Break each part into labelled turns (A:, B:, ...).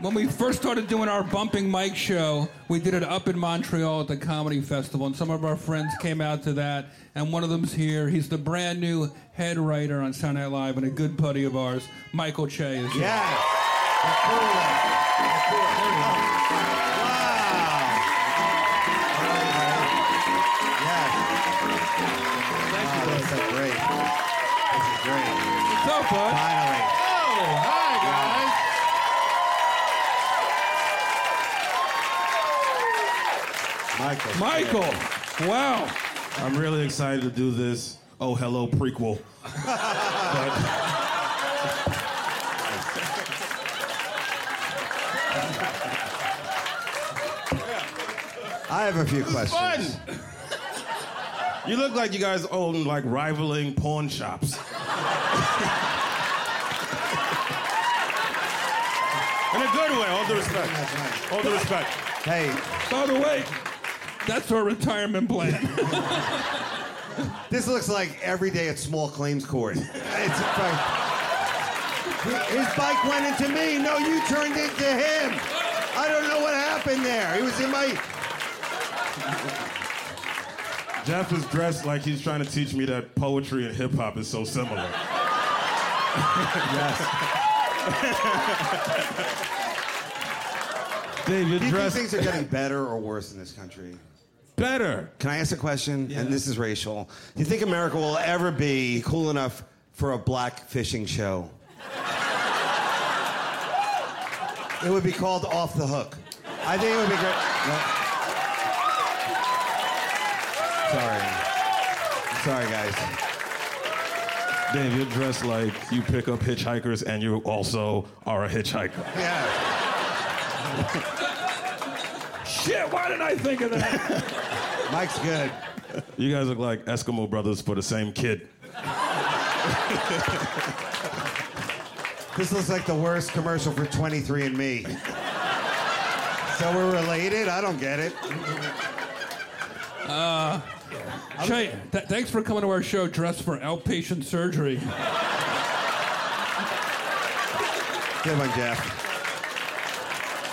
A: When we first started doing our bumping mic show, we did it up in Montreal at the comedy festival, and some of our friends came out to that. And one of them's here. He's the brand new head writer on Saturday Night Live, and a good buddy of ours, Michael Che. Is here.
B: Yeah. Wow. Wow, this is great. This is great.
A: What's up, bud?
B: Finally. Michael.
A: Michael, wow.
C: I'm really excited to do this. Oh, hello, prequel. but,
B: I have a few questions.
C: fun. You look like you guys own like rivaling pawn shops. In a good way. All due respect. All due respect.
B: Hey,
A: By the way, that's our retirement plan.
B: this looks like every day at small claims court. It's like, his bike went into me. No, you turned into him. I don't know what happened there. He was in my.
C: Jeff is dressed like he's trying to teach me that poetry and hip hop is so similar.
B: Yes.
C: Dave, you're
B: Do you think
C: dressed
B: things are getting better or worse in this country?
C: better.
B: Can I ask a question? And this is racial. Do you think America will ever be cool enough for a black fishing show? it would be called Off the Hook. I think it would be great. No. Sorry. Sorry, guys.
C: Dave, you're dressed like you pick up hitchhikers and you also are a hitchhiker.
B: Yeah.
A: Shit, why didn't I think of that?
B: Mike's good.
C: You guys look like Eskimo brothers for the same kid.
B: This looks like the worst commercial for 23andMe. so we're related? I don't get it.
A: Che, th- thanks for coming to our show dressed for outpatient surgery.
B: Good one, Jeff.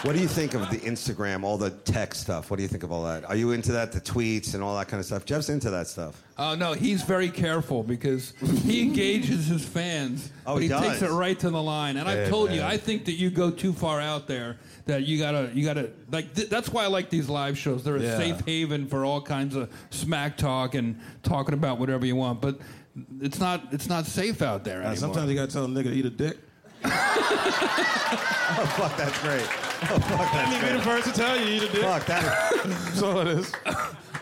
B: What do you think of the Instagram, all the tech stuff? What do you think of all that? Are you into that, the tweets and all that kind of stuff? Jeff's into that stuff.
A: Oh no, he's very careful because he engages his fans,
B: Oh,
A: but
B: he
A: he
B: does.
A: takes it right to the line. And I've
C: Yeah,
A: told you,
C: man.
A: I think that you go too far out there. That you gotta, you gotta like. Th- that's why I like these live shows. They're a
C: Yeah.
A: safe haven for all kinds of smack talk and talking about whatever you want. But it's not, it's not safe out there
C: Now,
A: anymore.
C: sometimes you gotta tell a nigga to eat a dick.
B: Oh, fuck, that's great. Oh, fuck,
C: Let
B: that's
C: me be the
B: great.
C: first to tell you eat a dick.
B: Fuck, that is,
C: That's all it is.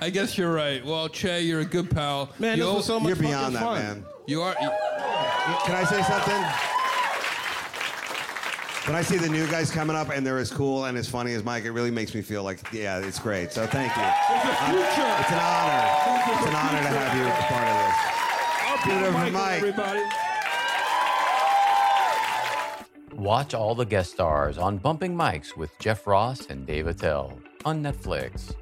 A: I guess you're right. Well, Che, you're a good pal.
C: Man,
A: you,
C: this
A: al-
C: was so much
B: you're beyond
C: fucking
B: that,
C: fun.
B: man.
A: you are.
B: Can I say something? When I see the new guys coming up and they're as cool and as funny as Mike, it really makes me feel like, yeah, it's great. So thank you. Uh,
A: future.
B: It's an honor. It's an honor to have you a part of this. Beautiful
A: Michael,
B: Mike.
A: everybody.
D: Watch all the guest stars on Bumping Mics with Jeff Ross and Dave Attell on Netflix.